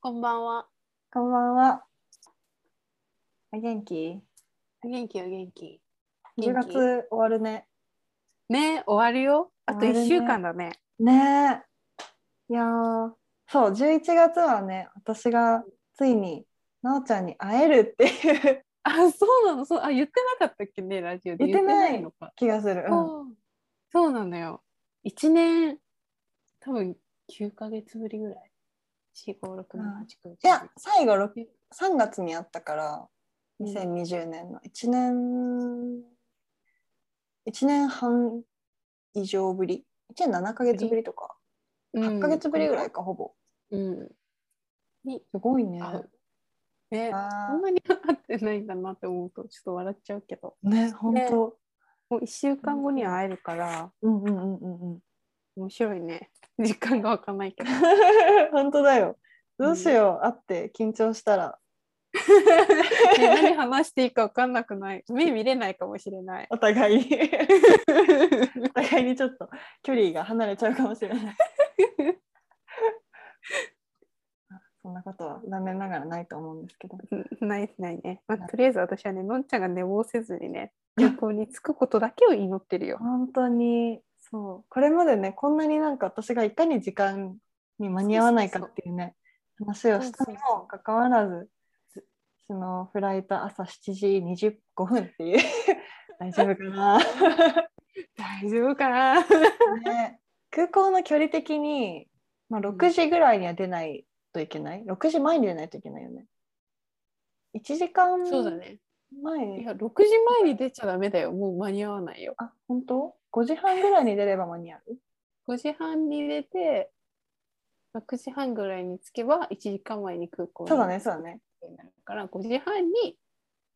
こんばんは。こんばんは。お元気お元気お元気。 ?10 元気月終わるね。ね、終わるよ。あと終わるね1週間だね。ねえ。いやーそう、11月はね、私がついに、なおちゃんに会えるっていうあ、そうなの。そう、あ、言ってなかったっけね、ラジオで。言ってないのか。気がする。うん、そうそうなのよ。1年、多分9ヶ月ぶりぐらい。4、5、6、7、8、9。いや、最後ろく3月に会ったから、2020年の1年、1年半以上ぶり。1年7ヶ月ぶりとか、うん8ヶ月ぶりぐらい。か、ほぼ。うん。に、すごいね。あね、あそんなに会ってないんだなって思うと、ちょっと笑っちゃうけど。ーね、本当。もう1週間後には会えるから、うんうんうんうんうん。面白いね。実感が湧かないけど。 本当だよ。どうしよう、会って緊張したら。ね何話していいか分かんなくない目見れないかもしれない お互いお互いにちょっと距離が離れちゃうかもしれない。そんなことは残念ながらないと思うんですけど。ないないね、まあ、とりあえず私はねのんちゃんが寝坊せずにね空港に着くことだけを祈ってるよ本当にそうこれまでねこんなになんか私がいかに時間に間に合わないかっていうね話をしたにもかかわらずそのフライト朝7時25分っていう大丈夫かな、大丈夫かなね、空港の距離的に、まあ、ん6時ぐらいには出ないといけない6時前に出ないといけないよね1時間そうだねい前や6時前に出ちゃダメだよもう間に合わないよあ本当 ?5 時半ぐらいに出れば間に合う5時半に出て6時半ぐらいに着けば1時間前に空港にそうだねそうだねになるから5時半に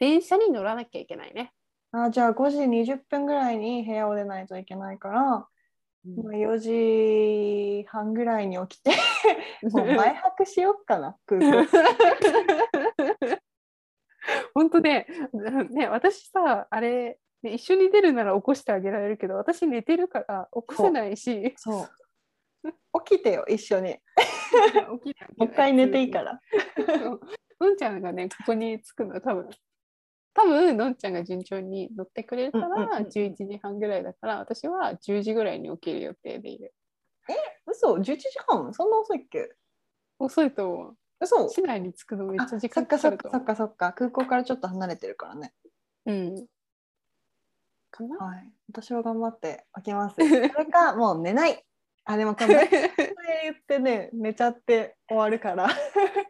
電車に乗らなきゃいけないね、あじゃあ5時20分ぐらいに部屋を出ないといけないから、まあ、4時半ぐらいに起 きてもう前泊しよっかな空港本当ね ね私さあれ、ね、一緒に出るなら起こしてあげられるけど私寝てるから起こせないしそう起きてよ一緒に 起きないもう一回寝ていいからそうのんちゃんがねここに着くの多分多分のんちゃんが順調に乗ってくれるからうんうんうんうん11時半ぐらいだから私は10時ぐらいに起きる予定でいる嘘11時半そんな遅いっけ遅いと思嘘う市内に着くのめっあちゃ時そ間っかかそかっるとかそ思っかそっか空港からちょっと離れてるからねううんかなはい私は頑張って起 きますそれかもう寝ないあでもこれ言ってね寝ちゃって終わるから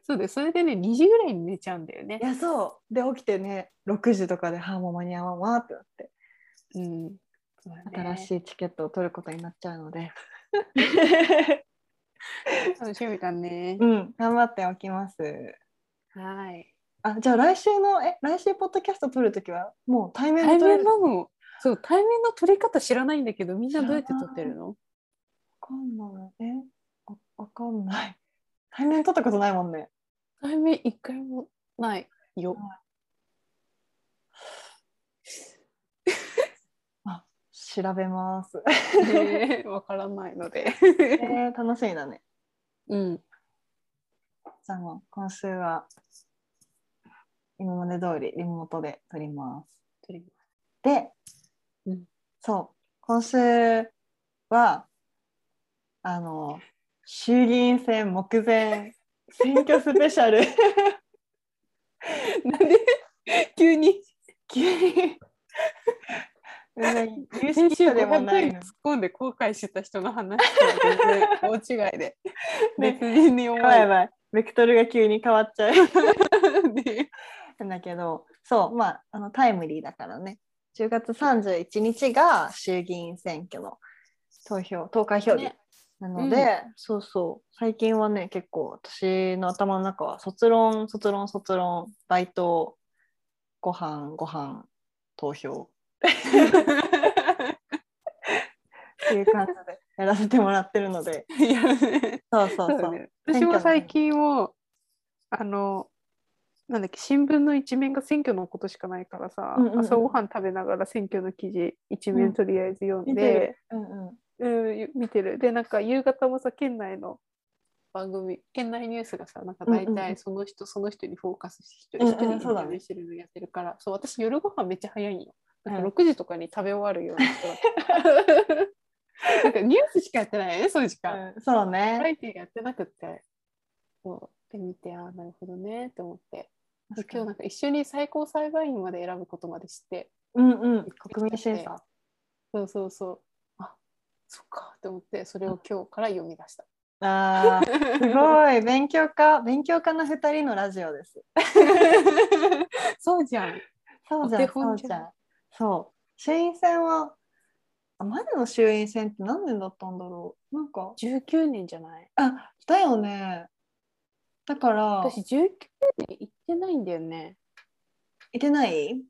そうでそれでね2時ぐらいに寝ちゃうんだよねいやそうで起きてね6時とかで「はあもう間に合わんわ」ってなってうん新しいチケットを取ることになっちゃうので、楽しみだね。うん頑張っておきますはい。あじゃあ来週のえ来週ポッドキャスト撮るときはもう対面対で撮れる面なの。そう、対面の取り方知らないんだけど、みんなどうやって取ってるの。わかんないえわわかんない対面撮ったことないもんね対面一回もないよ。調べます、ねわからないので。えー、楽しみだねうん。じゃあもう今週は今まで通りリモートで撮ります取りで、うんそう今週はあの衆議院選目前選挙スペ シャルますなんで。急に。急に 全然先有識週者ででももなないい突のっ込んで後悔してた人の話とは全然大違いで。ね別人に思やばいやえば。ばいベクトルが急に変わっちゃうねんだけどそうまああのタイムリーだからね10月31日が衆議院選挙の投票投開票日ねなので、そうそう最近はね結構私の頭の中は卒論卒論卒論バイトご飯ご飯投票っていう感じでやらせてもらってるのでいやねそうそそううそだう、ね、私選挙のも最近もあのなんだっけ新聞の一面が選挙のことしかないからさ、うんうんうん朝ごはん食べながら選挙の記事一う面んとりあえず読ん見てでる、うんうんうん、見てるでなんか夕方もさ県内の番組県内ニュースがさなんかうんうんう大ん体その人、その人にフォーカスして一うん人う一人んインそうだタねビューしてるのやってるからそう私夜ご飯めっちゃ早いんよなんうんか6時とかに食べ終わるような人だ ったなんかニュースしかやってないよねそういう時間、うんそうバラね。エティやってなくってもうで見てああなるほどねって思ってで今日なんか一緒に最高裁判員まで選ぶことまで知ってうんうん。国民審査。そうそうそうあそっかって思ってそれを今日から読み出したあー すごい勉強家勉強家の二人のラジオです。そうじゃん。そうおじゃ手んそ本うじじゃゃんん。そう衆院選はあ前の衆院選って何年だったんだろうなんか19年じゃない。あだよね。だから私19年行ってないんだよね。いけない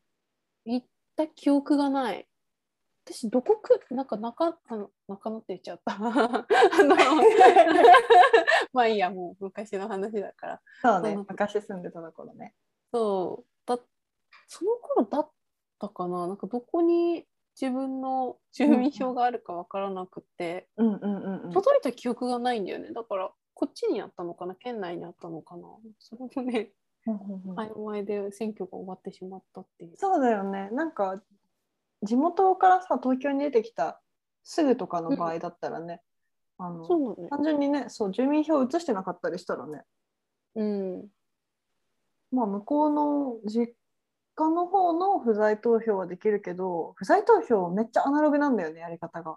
行った記憶がない。私どこくなんか中あの中野って言っちゃった。 あの まあいいやもう昔の話だから。そうねそう昔住んでたところね。そうだその頃だったかな。なんかどこに自分の住民票があるかわからなくて、うんうんうんうん。届いた記憶がないんだよね。だからこっちにあったのかな県内にあったのかな。それもね。うんうんうん曖昧で選挙が終わってしまったっていう。そうだよね。なんか地元からさ東京に出てきたすぐとかの場合だったらね、あのそうなのよ。単純にねそう住民票移してなかったりしたらね、うん。まあ、向こうの実家の方の不在投票はできるけど不在投票めっちゃアナログなんだよねやり方が。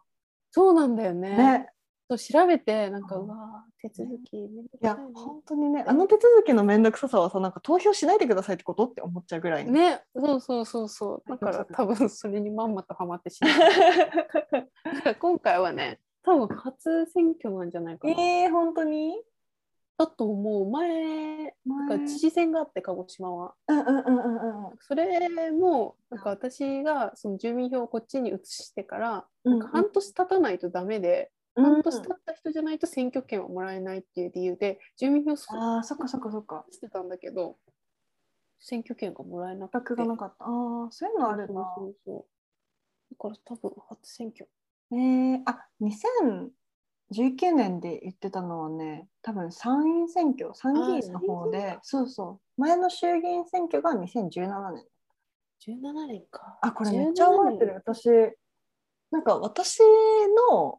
そうなんだよね。ね、そう調べて、なんか、ううんわー手続きめんどくいやさい本当にねあの手続きの面倒くささはさなんか投票しないでくださいってことって思っちゃうぐらいの。ね。ね、そうそうそう そう。だから多分それにまんまとハマって しまう。だから今回はね、多分初選挙なんじゃないかな。えー、本当にだと思う。前、なんか知事選があって、鹿児島は。うんうんうんうんうんそれも、なんか私がその住民票をこっちに移してから、うんなんか半年経たないとダメで、半年経った人じゃないと選挙権はもらえないっていう理由で住民票をそうああそっかそっかそっか。してたんだけど選挙権がもらえなくて学がなかった。ああーそういうのあるそうな。そうそうだから多分初選挙えー、あ2019年で言ってたのはね多分参院選挙参議院の方あー参議院選でそうそう前の衆議院選挙が2017年17年かあこれめっちゃ覚えてる私なんか私の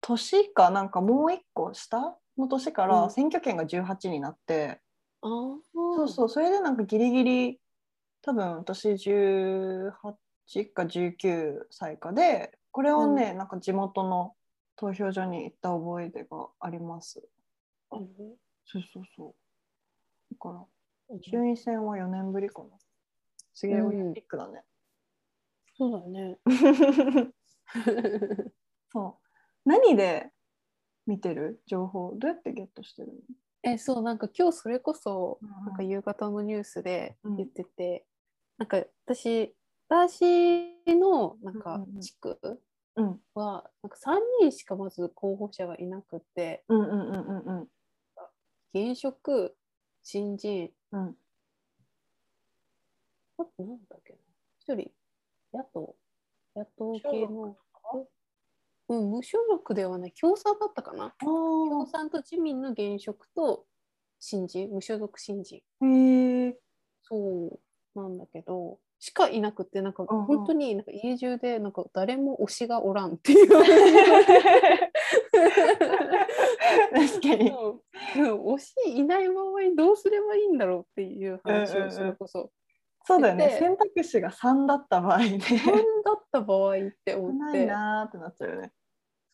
年かなんかもう一個下の年かうらん選挙権が18になって、ああそうそうそれでなんかギリギリ多分私18か19歳かでこれをね、なんか地元の投票所に行った覚えでがありますうそうそうそうだからん衆院選は4年ぶりかなすげえうんオリンピックだね、そうだね そう何で見てる情報どうやってゲットしてるえそうなんか今日それこそのなんか夕方のニュースでうん言ってて、なんか私私のなんうかんうんうん地区うんはなんか3人しかまず候補者がいなくてうんうんうんうんうん現職新人うんあとなんだっけな一人野党野党系のうん無所属ではない共産だったかなあ共産と自民の現職と新人無所属新人ーへえそうなんだけどしかいなくてなんかうんうん本当になんか家中でなんか誰も推しがおらんっていう 確かにそううん推しいないままにどうすればいいんだろうっていう話うんうをんうんそれこそそうだよねで選択肢が3だった場合ね何だった場合って少思っないてなーってなっちゃうよね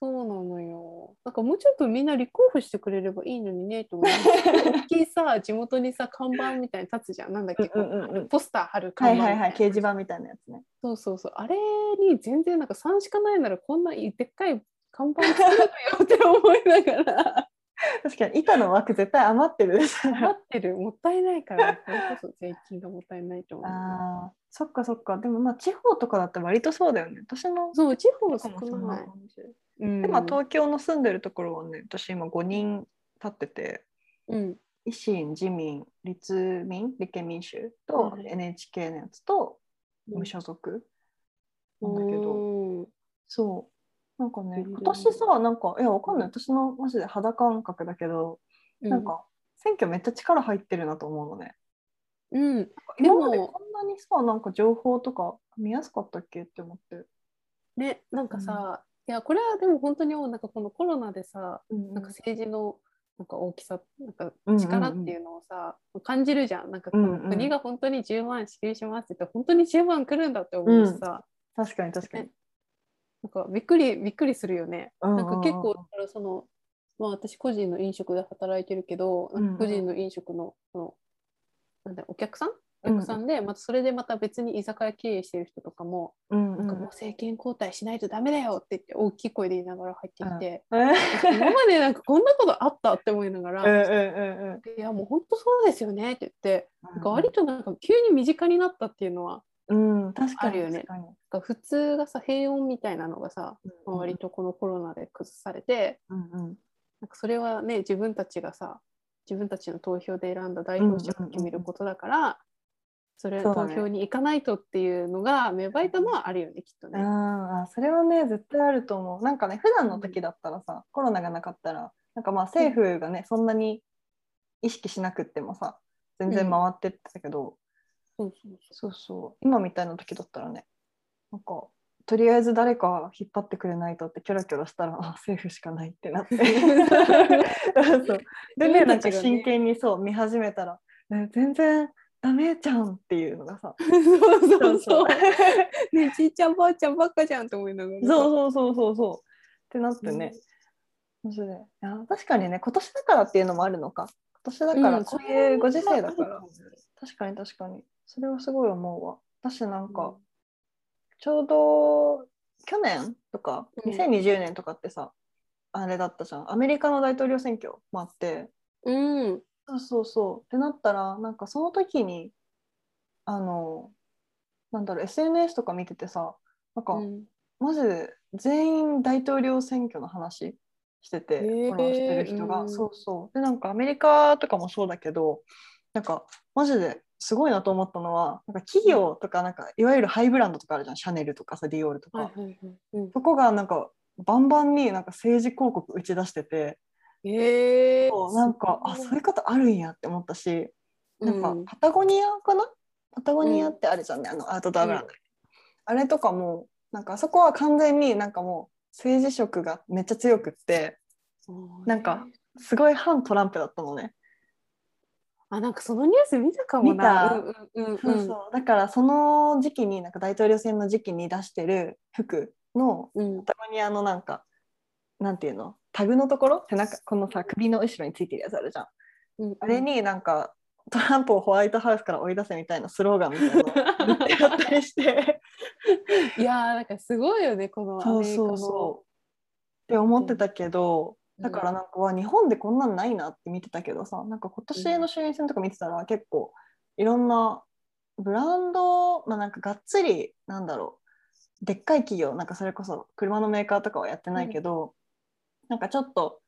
そうなのよなんかもうちょっとみんな立候補してくれればいいのにねと思って 大きいさ地元にさ看板みたいに立つじゃんなんだっけ、うんうんうんうんポスター貼るは看板いみはたいなはい掲示板みたいなやつねそうそうそうあれに全然なんか3しかないならこんなでっかい看板作ろうよって思いなが ら確かに板の枠絶対余ってるでしょ待ってるもったいないからこれこそ税金がもったいない と思うあーそっかそっかでもまあ地方とかだって割とそうだよね私のそう地方と少かもそんないかもしれないうんでまあ東京の住んでるところはね私今5人立っててうん維新自民立民立憲民主とうん NHK のやつと無所属なんだけど、うんそう。なんかいね、る今年さ、なんか、いや、わかんない。私のマジで肌感覚だけど、なんか選挙めっちゃ力入ってるなと思うのね。うん、うん、でも今までこんなにさなんか情報とか見やすかったっけって思って。ねなんかさ、いやこれはでも本当にもうなんかこのコロナでさなんか政治のなんか大きさなんか力っていうのをさ、感じるじゃんなんかこうんのうん国が本当に10万支給しますって言って本当に10万来るんだって思うしさ、確かに確かに。なんかびっくりびっくりするよね。うんうんうなんんか結構だからその、まあ、私個人の飲食で働いてるけど、うんうん個人の飲食のそのなんだろうお客さんおうん客さんで、またそれでまた別に居酒屋経営してる人とかも、うんうなんかもう政権交代しないとダメだよって言って大きい声で言いながら入ってきて、 ん。今までなんかこんなことあったって思いながら、うんうんうんうん。いやもう本当そうですよねって言って、なんか割となんか急に身近になったっていうのは、うん確かあるによね確かに。なんか普通がさ平穏みたいなのがさ、まあ割とこのコロナで崩されて、うんうんなんかそれはね自分たちがさ自分たちの投票で選んだ代表者が決めることだから、それそうだ投ね票に行かないとっていうのが芽生えたのはあるよねきっとね。ああそれはね絶対あると思うなんかね普段の時だったらさ、コロナがなかったらなんかまあ政府がね、そんなに意識しなくってもさ全然回ってってたけど、そうそうそうそう今みたいな時だったらねなんかとりあえず誰か引っ張ってくれないとってキョロキョロしたらあ政府しかないってな って自分たちそうでねなんがねか真剣にそう見始めたら、ね、全然ダメじゃんっていうのがさそうそうそう そうそうねじいちゃんばあちゃんばっかじゃんと思いながらさ。そうそうそうそうそうってなってね、それいや確かにね今年だからっていうのもあるのか今年だからうんこういうご時世だから、それはあるもしれない確かに確かにそれはすごい思うわ私なんか、うんちょうど去年とかうん2020年とかってさ、あれだったじゃんアメリカの大統領選挙もあってうんそうそうそうってなったらなんかその時にあのなんだろう SNS とか見ててさなんか、うんまず全員大統領選挙の話してへて、ーフォローしてる人が、うんそうそうでなんかアメリカとかもそうだけどなんかマジですごいなと思ったのはなんか企業とかなんかいわゆるハイブランドとかあるじゃんシャネルとかさディオールとか、はいはいはいうんそこがなんかバンバンになんか政治広告打ち出しててへえそうなんかあそういうことあるんやって思ったしなんかうんパタゴニアかな、パタゴニアってあるじゃんね、あのアウトドアブランド、あれとかもなんかあそこは完全になんかもう政治色がめっちゃ強くってなんかすごい反トランプだったのね、あなんかそのニュース見たかもな。見うんうんそうそうだからその時期になんか大統領選の時期に出してる服のうんうんパタゴニアのなんかなんていうのタグのところ背中このさ首の後ろについてるやつあるじゃんうんあれになんかトランプをホワイトハウスから追い出せみたいなスローガンみたいなの 言ってあったりして。 いやーなんかすごいよねこのそアうメリカそうのそう。って思ってたけど、うんだからなんか、わ日本でこんなんないなって見てたけどさなんか今年の衆院選とか見てたら結構いろんなブランド、まあ、なんかがっつりなんだろうでっかい企業なんかそれこそ車のメーカーとかはやってないけど、なんかちょっと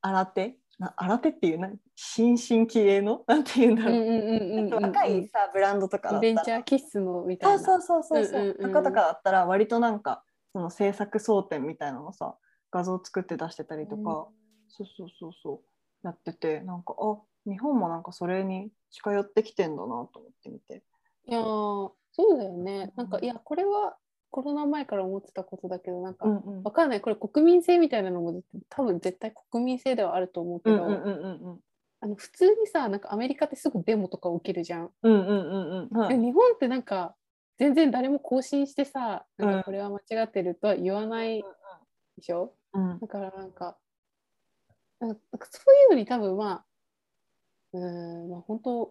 新手な新手っていうな新進気鋭の なんていうんだうんろう、うんうんうんちょっと若いさブランドとかだイっベンたチらャー気質のみたいあな。そうそうそうそう,、うんうんうんとかとかだったら割となんかその制作争点みたいなのさ画像作って出してたりとか、そうそうそうそうやっててなんかあ日本もなんかそれに近寄ってきてんだなと思ってみていやーそうだよね。なんかいやこれはコロナ前から思ってたことだけどなんか、うんうんわかんないこれ国民性みたいなのも多分絶対国民性ではあると思うけうど、んうんうんあの普通にさなんかアメリカってすぐデモとか起きるじゃん。うんうんうんうんはいえ日本ってなんか全然誰も更新してさなんうんかこれは間違ってるとは言わないでしょ、うんだからなんかなんかなんかそういうのに多分まあうーんまあ本当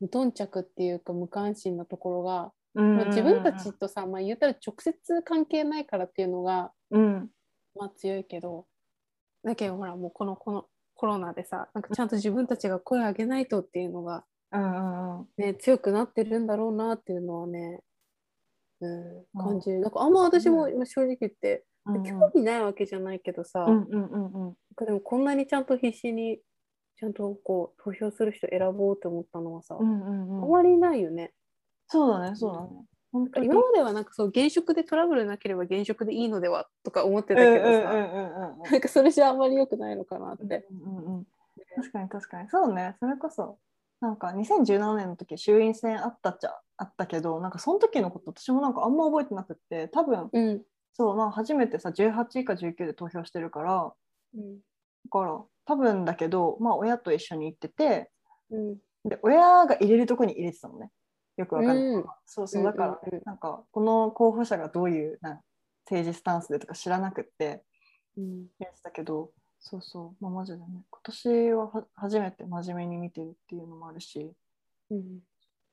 無頓着っていうか無関心なところが、うんまあ、自分たちとさ、まあ、言ったら直接関係ないからっていうのが、うんまあ、強いけどだけどほらもうこのこのコロナでさなんかちゃんと自分たちが声を上げないとっていうのがうんうんうんね、強くなってるんだろうなっていうのはね、うん、あ感じる。なんかあんま私も今正直言って、うん興味ないわけじゃないけどさ、うなんんうんうんうんかでもこんなにちゃんと必死にちゃんとこう投票する人選ぼうって思ったのはさ、うあんうんうんまりないよね。そうだねそうだね本当今にまではなんかそう現職でトラブルなければ現職でいいのではとか思ってうんたうんけうどさ、んうんうんうんなんかそれじゃあんまり良くないのかなって。うんうんうん確かに確かにそうねそれこそなんか2017年の時衆院選あったっちゃあったけどなんかその時のこと私もなんかあんま覚えてなくって多分うん。そうまあ初めてさ18以下19で投票してるからうん。だから多分だけどまあ親と一緒に行っててうん。で親が入れるとこに入れてたのねよくわかんない、うんそうそうだから、うんうんうんなんかこの候補者がどういうなん政治スタンスでとか知らなくってうん。やつだけどそうそうまあマジでね今年はは初めて真面目に見てるっていうのもあるしうん。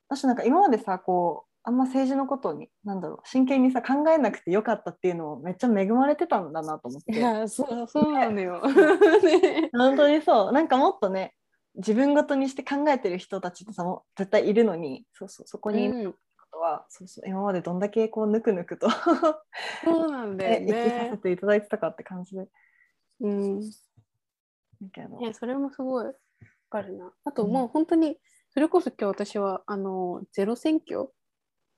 私なんか今までさこうあんま政治のことになんだろう真剣にさ考えなくてよかったっていうのをめっちゃ恵まれてたんだなと思っいてや、そう、 そうなのよ。ね本当にそうなんかもっとね自分ごとにして考えてる人たちってさもう絶対いるのにそうそうそこにいるうんことは、そうそう今までどんだけこうぬくぬくとそうなんだよね生きさせ ね。ていただいてたかって感じでうん。だけどね、それもすごいわかるな。あと、うんまあ、本当に、それこそ今日私は、あの、ゼロ選挙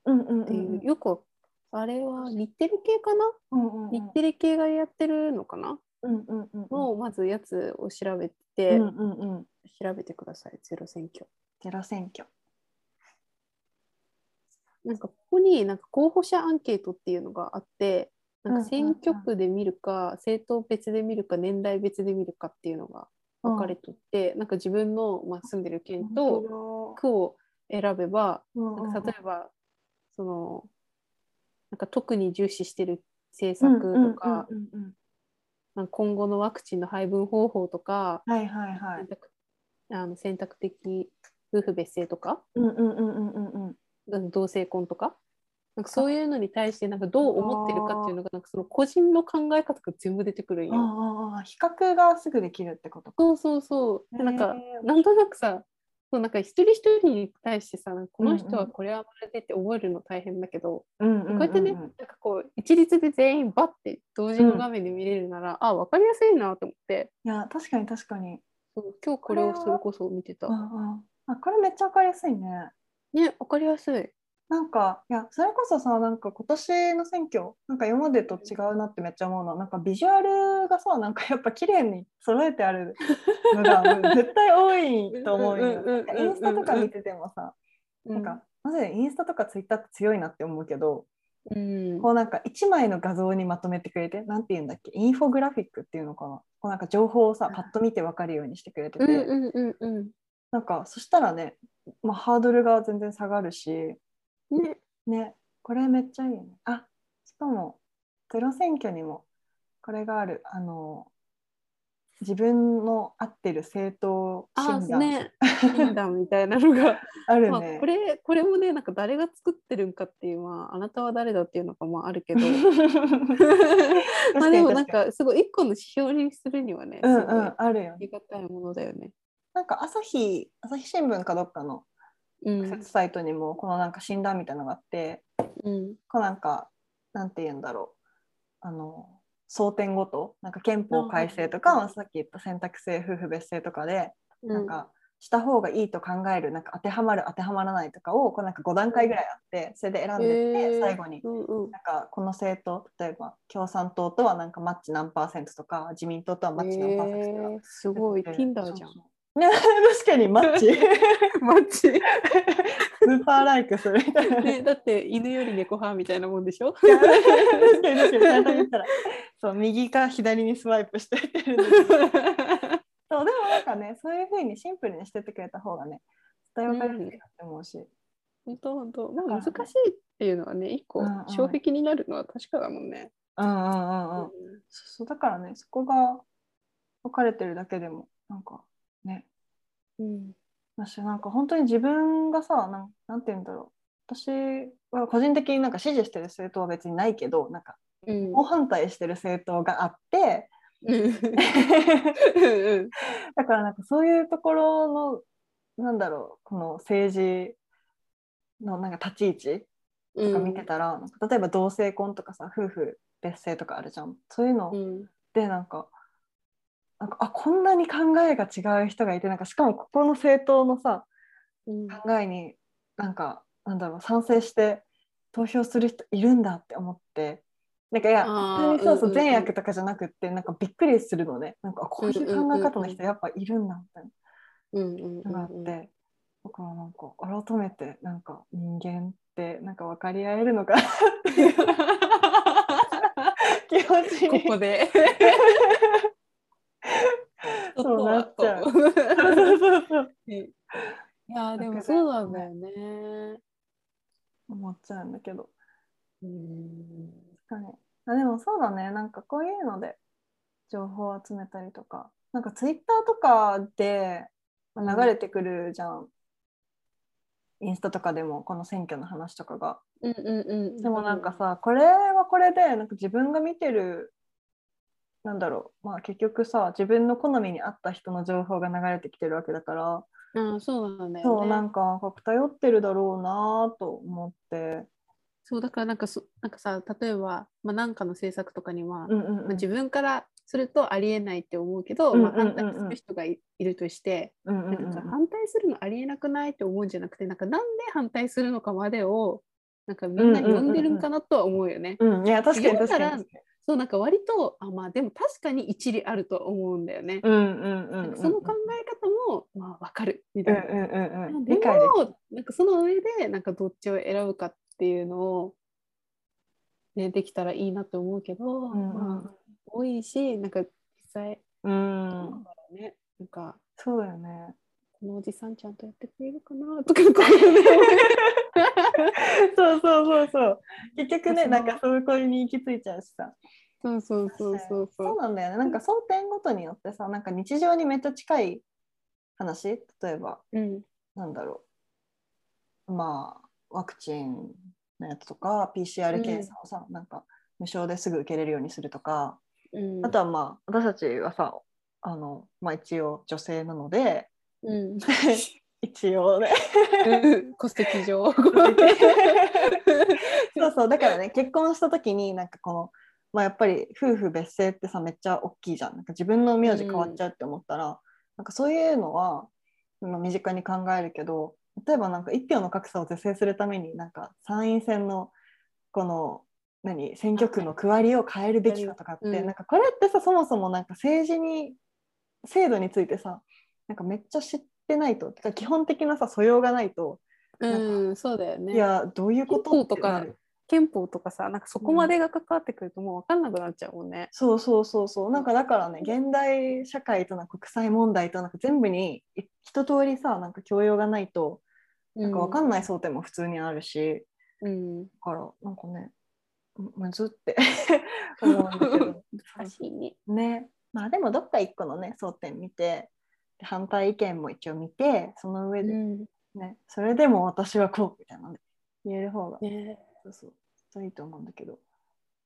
うんうんっうていんう、よく、あれは日テレ系かなうんうんうん日テレ系がやってるのかなうんうんうんの、まずやつを調べうて、んうんうん調べてください、ゼロ選挙。ゼロ選挙なんかここになんか候補者アンケートっていうのがあってなんか選挙区で見るか、政党別で見るか年代別で見るかっていうのが分かれとって、なんか自分の、まあ、住んでる県とと区を選べばなんか例例えばそのなんか特に重視してる政策とか,、なんか今後のワクチンの配分方法とかはいはいは選い択あの選択的夫婦別姓とかうんうんうんうんうんうんうん同性婚とかなんかそういうのに対してなんかどう思ってるかっていうのがなんかその個人の考え方が全部出てくるんよ。ああああ比較がすぐできるってことかそうそうそうでなんかへーなんとなくさそうなんか一人一人に対してさなんかこの人うんうはんこれはまるでって覚えるの大変だけど、うんうんうんうこんうやってねなんかこう一律で全員バッて同時の画面で見れるなら、あ分かりやすいなと思っていや確かに確かにそう今日これをこそれはれこそ見てた。あああこれめっちゃわかりやすいねね分かりやすい。なんかいやそれこそさなんか今年の選挙なんか今までと違うなってめっちゃ思うのはなんかビジュアルがさなんかやっぱ綺麗に揃えてあるのがもう絶対多いと思うようんうんうんうんうんなんかインスタとか見ててもさなんかマジでインスタとかツイッターって強いなって思うけどうん、こうなんか1枚の画像にまとめてくれてなんて言うんだっけインフォグラフィックっていうのかなこうなんか情報をさパッと見てわかるようにしてくれてうて、んうんうんうなんかそしたらね、まあ、ハードルが全然下がるしん。ねねこれめっちゃいいねあしかもゼロ選挙にもこれがあるあの自分の合ってる政党あー診断ね診断みたいなのが。あるまあ、ねこ。れこれもねなんか誰が作ってるんかっていう、まあ、あなたは誰だっていうのがまああるけ ど まあでもなん確かに確かかすごい一個の指標にするにはねにうすごんいうんああるよね。りがたいものだよね。なんか朝日朝日新聞かどっかのうん特設サイトにもこのなんか診断みたいなのがあって、うんこうなんかなんて言うんだろうあの争点ごとなんか憲法改正とか、うんまあさっき言った選択制夫婦別姓とかで、うんなんかした方がいいと考えるなんか当てはまる当てはまらないとかをこうなんか5段階ぐらいあってそれで選んでって、へー最後にうんうんなんかこの政党例えば共産党とはなんかマッチ何パーセントとか自民党とはマッチ何パーセントとか。えーすごい Tinder じゃん。ん。ね、 確かにマッチスマッチ、ーパーライクするみたいな。 ね、だって犬より猫派みたいなもんで しょいや確かに確かにちゃんと見たらそう右か左にスワイプしてってるんですけどそうでもなんかねそういう風にシンプルにしてってくれた方がね伝え分かりやすいなって思うし、本当本当まあだ難からねしいっていうのはね一個うんうん障壁になるのは確かだもんね。うん、うんうんうんそうそうだからねそこが分かれてるだけでもなんかねうん私なんか本当に自分がさなんなんて言うんだろう私は個人的になんか支持してる政党は別にないけどなんかうん猛反対してる政党があってうんうんだからなんかそういうところのなんだろうこの政治のなんか立ち位置うとんか見てたら、なんか例えば同性婚とかさ夫婦別姓とかあるじゃんそういううのんでなんか、なんかあこんなに考えが違う人がいてなんかしかもここの政党のさうん考えになんかなんだろう賛成して投票する人いるんだって思ってなんかいやあー普通にそうそううんうんうん善悪とかじゃなくってなんかびっくりするのねなんかあこういう考え方の人やっぱいるんだみたいうんうんうなのがあんうん。って僕はなんか改めてなんか人間ってなんか分かり合えるのかなっていう気持ち こにこで。そうなっちゃうちょっとはそうそう そうそうといやーでもそうなんだよね。思っちゃうんだけどうん確かにあでもそうだねなんかこういうので情報を集めたりとかなんかツイッターとかでまあうん流れてくるじゃん、インスタとかでもこの選挙の話とかがうんうんうん。でもなんかさこれはこれでなんか自分が見てるなんだろうまあ結局さ自分の好みに合った人の情報が流れてきてるわけだからうん、そうなんだよね。そうなんか偏ってるだろうなと思って、そうだからなんかそなんかさ例えばまあなんかの制作とかには、うんうんまあ、自分からするとありえないって思うけど、うんまあ、うんうんうん反対する人がいいるとして、うんうんうんなんか反対するのありえなくないって思うんじゃなくてなんかなんで反対するのかまでをなんかみんなに呼んでるんかなとは思うよね。うん、いや確かに確かに読んだらそうなんか割とあまあでも確かに一理あるとは思うんだよね。うんうんうんなうんん、かその考え方もまあわかるみうたいんな。うんうんうん、で理解できもなんかその上でなんかどっちを選ぶかっていうのを、ね、できたらいいなと思うけど、うんうんまあ、多いしなんか実際うどうなんん、だろうね、なんかそうだよね。このおじさんちゃんとやってくれるかな とかこういうのねそうそうそうそう。結局ね、私もなんかそういう声に行き着いちゃうしさ。そうそうそうそうそそうう。なんだよね。なんか争点ごとによってさ、なんか日常にめっちゃ近い話、例えばうんなんだろう。まあワクチンのやつとか PCR うん検査をさ、なんか無償ですぐ受けれるようにするとか、うん、あとはまあ私たちはさ、あのまあ一応女性なので、 うん一応ね。戸籍上そうそうだからね結婚した時になんかこの、まあ、やっぱり夫婦別姓ってさめっちゃ大きいじゃんなんか自分の名字変わっちゃうって思ったら、なんかそういうのは、まあ、身近に考えるけど例えばなんか一票の格差を是正するためになんか参院選のこの何選挙区の区割りを変えるべきかとかって、うんなんかこれってさそもそもなんか政治に制度についてさなんかめっちゃ知ってないとてか基本的なさ素養がないと、 うんそうだよねいやどういうこと憲法ってとかなる憲法とかさなんかそこまでが関わってくるともう分かんなくなっちゃうもんね。そうそうそうそうなんかだからね現代社会となんか国際問題となんか全部にい一通りさなんか教養がないとなんか分かんない争点も普通にあるし、だうん、からなんかねむむずって 思うんだけ ど難しいね。ねまあでもどっか一個のね争点見てで反対意見も一応見てその上でね、ん、それでも私はこうみたいなね言える方がね、そうそうそういいと思うんだけど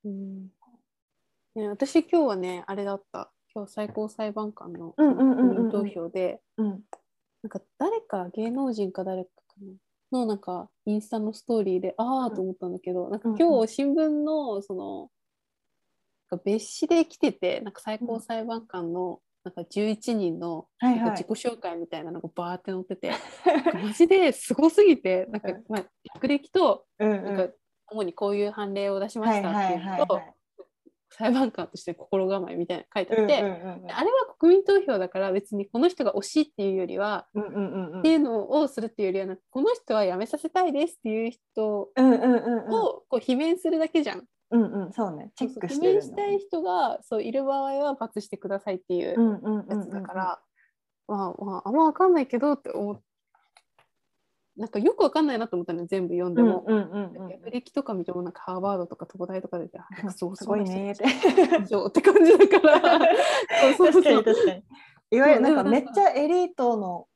うん、ね、私今日はね、あれだった。今日最高裁判官のうんうんうんうんうん国民投票で、うんなんか誰か芸能人か誰かかなのなんかインスタのストーリーで、ああと思ったんだけど、なんかうんう今日新聞のその。なんか別紙で来てて、なんか最高裁判官のなんか11人のはいなんかは自い己紹介みたいなのがバーって載ってて、なんかマジですごすぎて、なんかうんまあ学歴とうんうなんんか主にこういう判例を出しまはしいたはっていいうはいのとはい裁判官として心構えみたいなの書いてあうっんて、うんあれは国民投票だから別にこの人が惜しいっていうよりは、うんうんうんうんうんっていうのをするっていうよりはなんかこの人は辞めさせたいですっていう人をうんうんうんこう罷免するだけじゃん。うんうんそうねチェックし罷てる免のしたい人がそういる場合は罰してくださいっていううんうんうんうやんつだから、まあまああんま分かんないけどって思ってなんかよく分かんないなと思ったのよ全部読んでうんも。うんうんうん学歴とか見てもなんかハーバードとか東大とか出てあなんかそうすごいねーって以上って感じだからそうそう確かそうに確かにいわゆるなんかうんめっちゃエリートの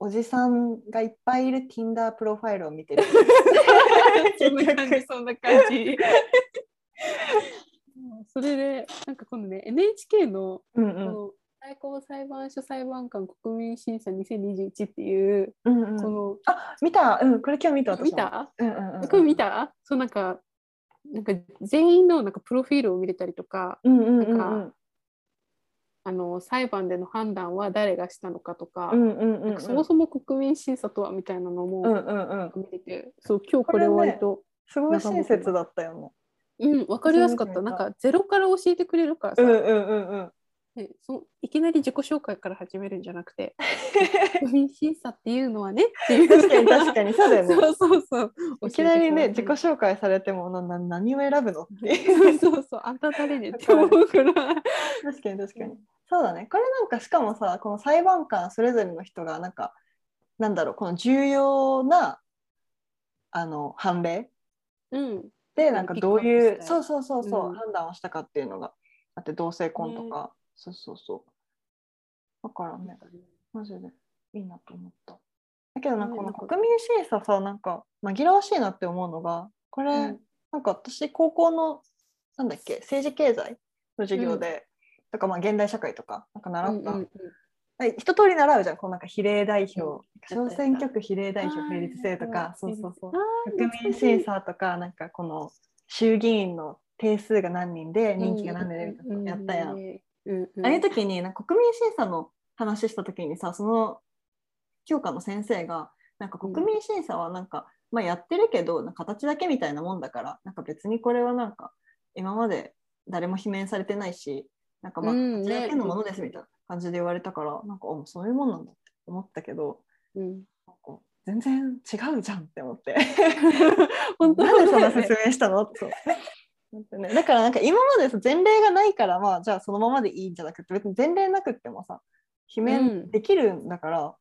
おじさんがいっぱいいる Tinder プロファイルを見てるそんな感じそんな感じそれでなんかこのね NHK のうんうこんの最高裁判所裁判官国民審査2021っていううんこうんの、あ見たうんこれ今日見た私も見たうんうんうんこれ見たそうなんかなんか全員のなんかプロフィールを見れたりとかうんうんうんうなんんあの裁判での判断は誰がしたのかとか、うんうんうんうんそもそも国民審査とはみたいなのも、うんうんうん見れて、そう今日これこれね割と、すごい親切だったよねうん、わかりやすかった。なんかゼロから教えてくれるからさ、うんうんうんうん。ねそいきなり自己紹介から始めるんじゃなくて、妊娠さっていうのはねっていう。確かに確かにそうだよねそうそうそう。いきなり教ね、えて自己くれ紹介されてもなな何を選ぶのっていう。るそうそう、あんた誰ねって思うから。確かに確かにうん。そうだね。これなんかしかもさ、この裁判官それぞれの人がなんかなんだろうこの重要なあの判例うん。でうんなんかピックどアッうプいしうてそうそうそうそう、うん判断をしたかっていうのがあって同性婚とか、そうそうそうだからねマジでいいなと思った。だけどなんかねこのなんか国民審査さなんか紛らわしいなって思うのがこれ、うんなんか私高校のなんだっけ政治経済の授業で、とかまあ現代社会とかなんか習った、うんうんうんはい一通り習うじゃんこうなんか比例代表、うん小選挙区比例代表あー並立制となるかほそどうそうそうあー国民審査とかなんかこの衆議院の定数が何人で任期が何年でみたいなことやったやうん。んうん、ああいう時になんか国民審査の話した時にさその教科の先生がなんか国民審査はなんか、まあ、やってるけどなんか形だけみたいなもんだからなんか別にこれはなんか今まで誰も罷免されてないしなんかまあうん形ねだけのものですみたいな感じで言われたから、なんかあもうそういうもんなんだって思ったけどうん、なんか全然違うじゃんって思って。 本当なんでそんなだよね説明したのってそう本当ねだからなんか今までさ前例がないからまあじゃあそのままでいいんじゃなくて別に前例なくってもさ罷うん免できるんだから、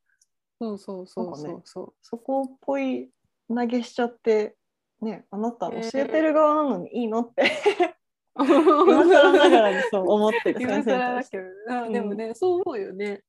そうそうそうなんそかうねそう。そこっぽい投げしちゃってねあなた教えてる側なのにいいのって、今更ながらにそう思ってる今先生に更だ対してけどな、でもね、そう思うよね。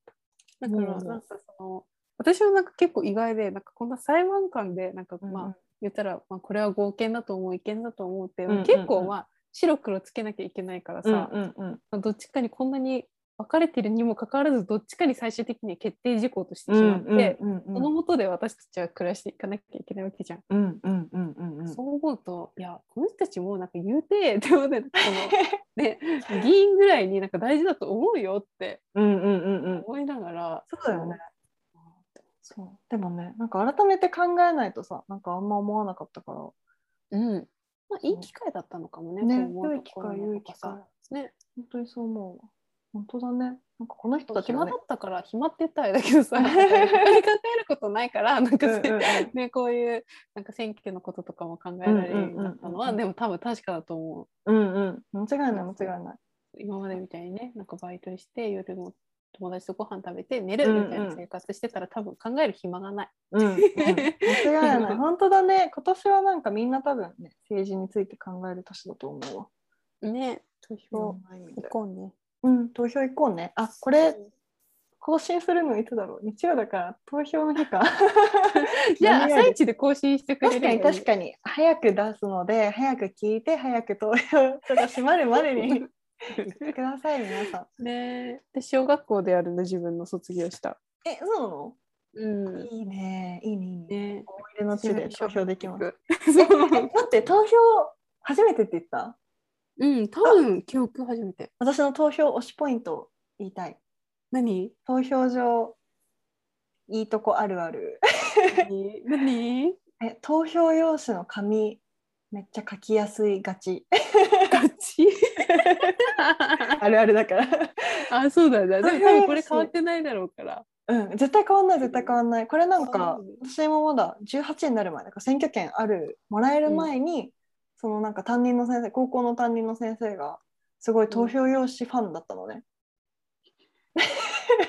だから、うんなんかその、私はなんか結構意外で、なんかこんな裁判官で、なんかうんまあ、言ったら、まあ、これは合憲だと思う、違憲だと思うって、うんうんうん結構まあ、白黒つけなきゃいけないからうんさ、うんうんどっちかにこんなに分かれてるにもかかわらず、どっちかに最終的に決定事項としてしまって、うんうんそのもとで私たちは暮らしていかなきゃいけないわけじゃん。うんうんうんうんうんそう思うと、いや、この人たちもうなんか言うて、って思って、こ の、ね、議員ぐらいになんか大事だと思うよってうんうんうんうん思いながら、そうだよね。そうでもねなんか改めて考えないとさなんかあんま思わなかったかうらん。まあ、いい機会だったのかもね、こねう思う良い機会ところ良といか機さ会ね、本当にそう思うわ本当だねなんかこの人たち暇がだねったから、暇って言ったらあれだけど さ、なんか他に考えることないから、なんかせ、うんうんうんね、こういう、なんか選挙のこととかも考えられるようになったのは、うんうんうんうんでも多分確かだと思う。うんうん間違いない間違いない今までみたいにね、なんかバイトして、夜も友達とご飯食べて、寝るみたいな生活してたら、多分考える暇がない。うん、うん、間違いない 本当だね今年はなんかみんな多分ね政治について考える年だと思うわ ね、投票いろんな意味行でこうね。うん投票行こうねあこれ更新するのいつだろう日曜だから投票の日かじゃあ、何朝々一で更新してくれ 確るかに確かに早く出すので早く聞いて早く投票とか閉まるまでに言ってください皆さんに。 ねで、小学校でやるの、自分の卒業した。 えそうなのうん。いいねいいねいいねね思い出の地で投票できますそえ待う。って投票初めてって言ったうん、多分、記憶初めて。私の投票推しポイントを言いたい何投票所いいとこあるある何何え投票用紙の紙めっちゃ書きやすいがちガチあるあるだから あ、そうだね。でも多分これ変わってないだろうから。 うん絶対変わんない絶対変わんないこれなんかう私もまだ18になる前だから選挙権あるもらえる前に、そのなんか担任の先生高校の担任の先生がすごい投票用紙ファンだったのね、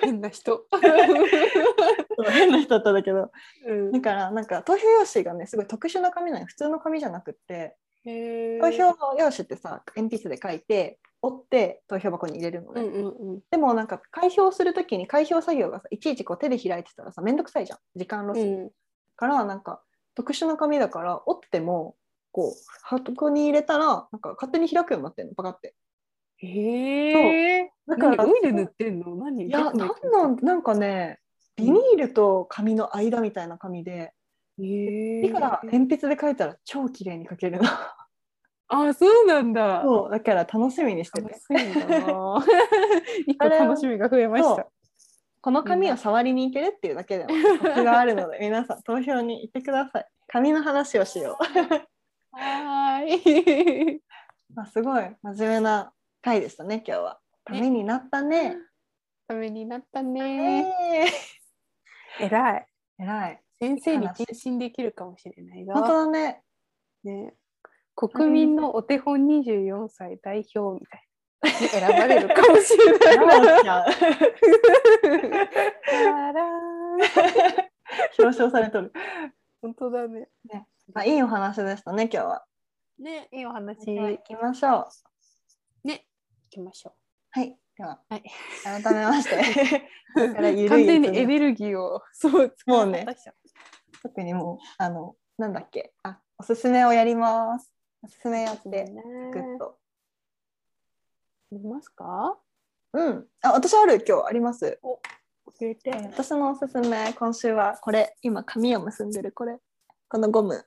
変な人。そう 変な人だったんだけどうんだからなんか投票用紙がねすごい特殊な紙なの普通の紙じゃなくってへー投票用紙ってさ鉛筆で書いて折って投票箱に入れるのうね、んうんうんでもなんか開票する時に開票作業がさいちいちこう手で開いてたらさめんどくさいじゃん時間ロス、うんからなんか特殊な紙だから折ってもこう箱に入れたらなんか勝手に開くようになってるのパカってへえ。だ何からオイル塗ってんの何いやなんなんなんかねビニールと紙の間みたいな紙で、へだからえ。鉛筆で書いたら超綺麗に書けるの。あ、そうなんだ。そうだから楽しみにして楽てしみだな。 一個あれは楽しみが増えましそうた。この紙を触りに行けるっていうだけで もコツがあるので皆さん投票に行ってください紙の話をしようはーい。まあ、すごい真面目な回でしたね今日は。ためになったね。 ためになったえね。ええらい。えらい。先生に転身できるかもしれない本当が。だね。ね。国民のお手本24歳代表みたいな。に選ばれるかもしれないな。直しちゃうあらー表彰されとる。本当だね。 まあ、いいお話でしたね今日は。ね、いいお話。では行行きましょう。きましょはい。では、はい改めま して、 う。から緩い完全にエネルギーを。そう、もう使ねい果たしちゃっ。特にもうあのなんだっけあおすすめをやります。おすすめやったてねグッと。見ますか。うん。あ私ある今日あります。遅れてえー私のおすすめ今週はこれ今髪を結んでるこれこのゴム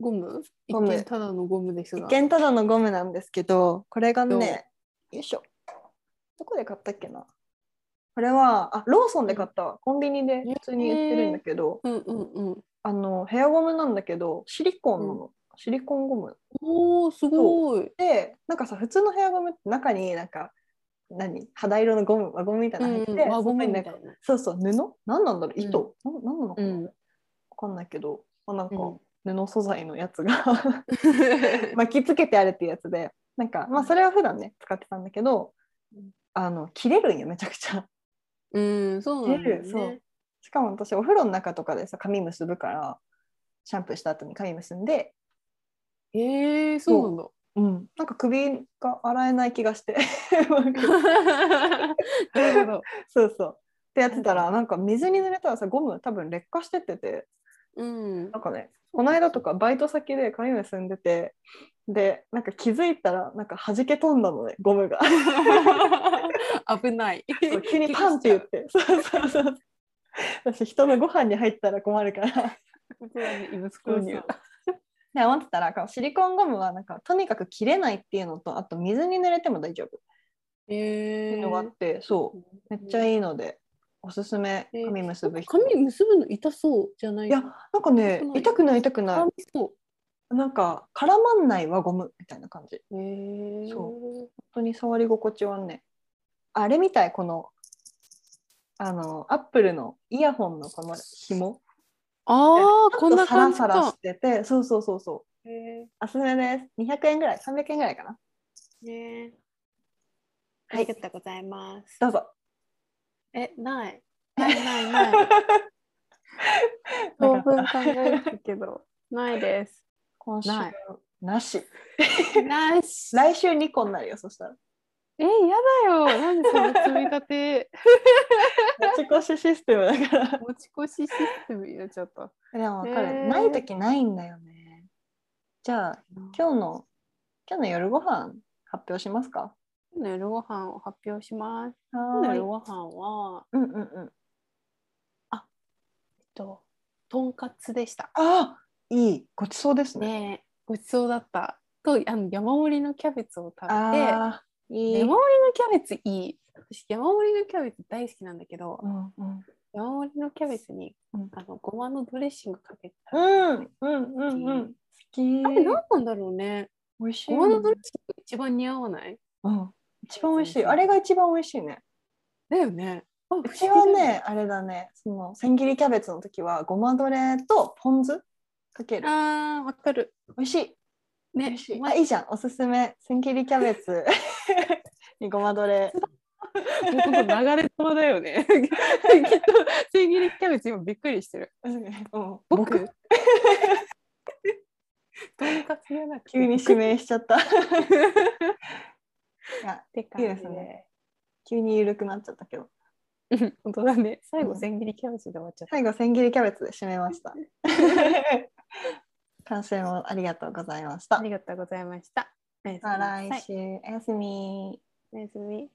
ゴムゴム一見ただのゴムです一が。見ただのゴムなんですけどこれがねよいしょどこで買ったっけなこれはあローソンで買ったわコンビニで普通に売ってるんだけどうんうんうん。あのヘアゴムなんだけどシリコンなの、シリコンゴムおお、すごい。でなんかさ普通のヘアゴムって中になんか何肌色のゴム輪ゴムみたいなの入ってて、輪ゴムみたいそこになんな。かそうそう布何なんだろうんう糸、なん、何なのかな、うんわかんないけど、まあ、なんかうん布素材のやつ が巻きつけてあるっていうやつでなんかまあそれは普段ね使ってたんだけどうんあの切れるんよめちゃくちゃ。 うん、そうなんだよね。切れるしかも私お風呂の中とかでさ髪結ぶからシャンプーした後に髪結んで、ええー、そうなんだ。うん、なんか首が洗えない気がして なんか なるほど。そうそう。ってやってたらなんか水に濡れたらさゴム多分劣化してっててうんな。んかねこの間とかバイト先で髪結んでてでなんか気づいたらなんか弾け飛んだのねゴムが 危ない。 そう急にパンって言って そうそうそう私人のご飯に入ったら困る からそうだね異物そ購うそ入う。で思ってたらこのシリコンゴムはなんかとにかく切れないっていうのとあと水に濡れても大丈夫ってえいうえのがあって、そうめっちゃい。いいのでおすすめえー髪結ぶ人、髪結ぶの痛そうじゃない。いやなんかね痛くない痛くない痛そなんか絡まんない輪ゴムみたいな感じう。ええー。そ本当に触り心地はねあれみたいこのあのアップルのイヤホンのこの紐ああ、こんなサラ感じサラかし。ててそうそうそうそうえおすすめです200円ぐらい300円ぐらいかなーねー。はいありがとうございます。どうぞえ、 ない。ないないない。な当かった分考えたけど。 ないです。今週ないなしナイス。来週2個になるよそしたらえ、やだよ。なんでその積み立 て。持ち越しシステムだから持ち越しシステムになっちゃった。でも分かる、えーない時ないんだよねじゃあ今日の今日の夜ご飯発表しますか今日の夜ご飯を発表します。今日のは夜ーいご飯は、うんうんうんえっと、とんかつでした。あいいごちそうですねねえ、ごちそうだった。と、あの山盛りのキャベツを食べて。あーいい山盛りのキャベツいい。私山盛りのキャベツ大好きなんだけど、うんうん山盛りのキャベツに、うんあのごまのドレッシングかけて食べるうんうんうん好きあれ何なんだろうね。美味しいごよまねのドレッシング一番似合わないうん一番美味しいあれが一番美味しいねだよね。あうちはね、あれだねその千切りキャベツの時はごまどれとポン酢かけ不思議るだねあー、わかる。美味しい美ね味しい、ごまあいいじゃんおすすめ千切りキャベ ツにごまどれもうここ流れそうだよ ね。きっと千切りキャベツ今びっくりしてる。うん僕とんかつ嫌だ急に指名しちゃったいやて感いじいですね急に緩くなっちゃったけどうん本当だね。最後うん千切りキャベツで終わっちゃった。最後千切りキャベツで締めました 完成もありがとうございましたありがとうございました。おやすみまなあさい来週おやすみおやすみ。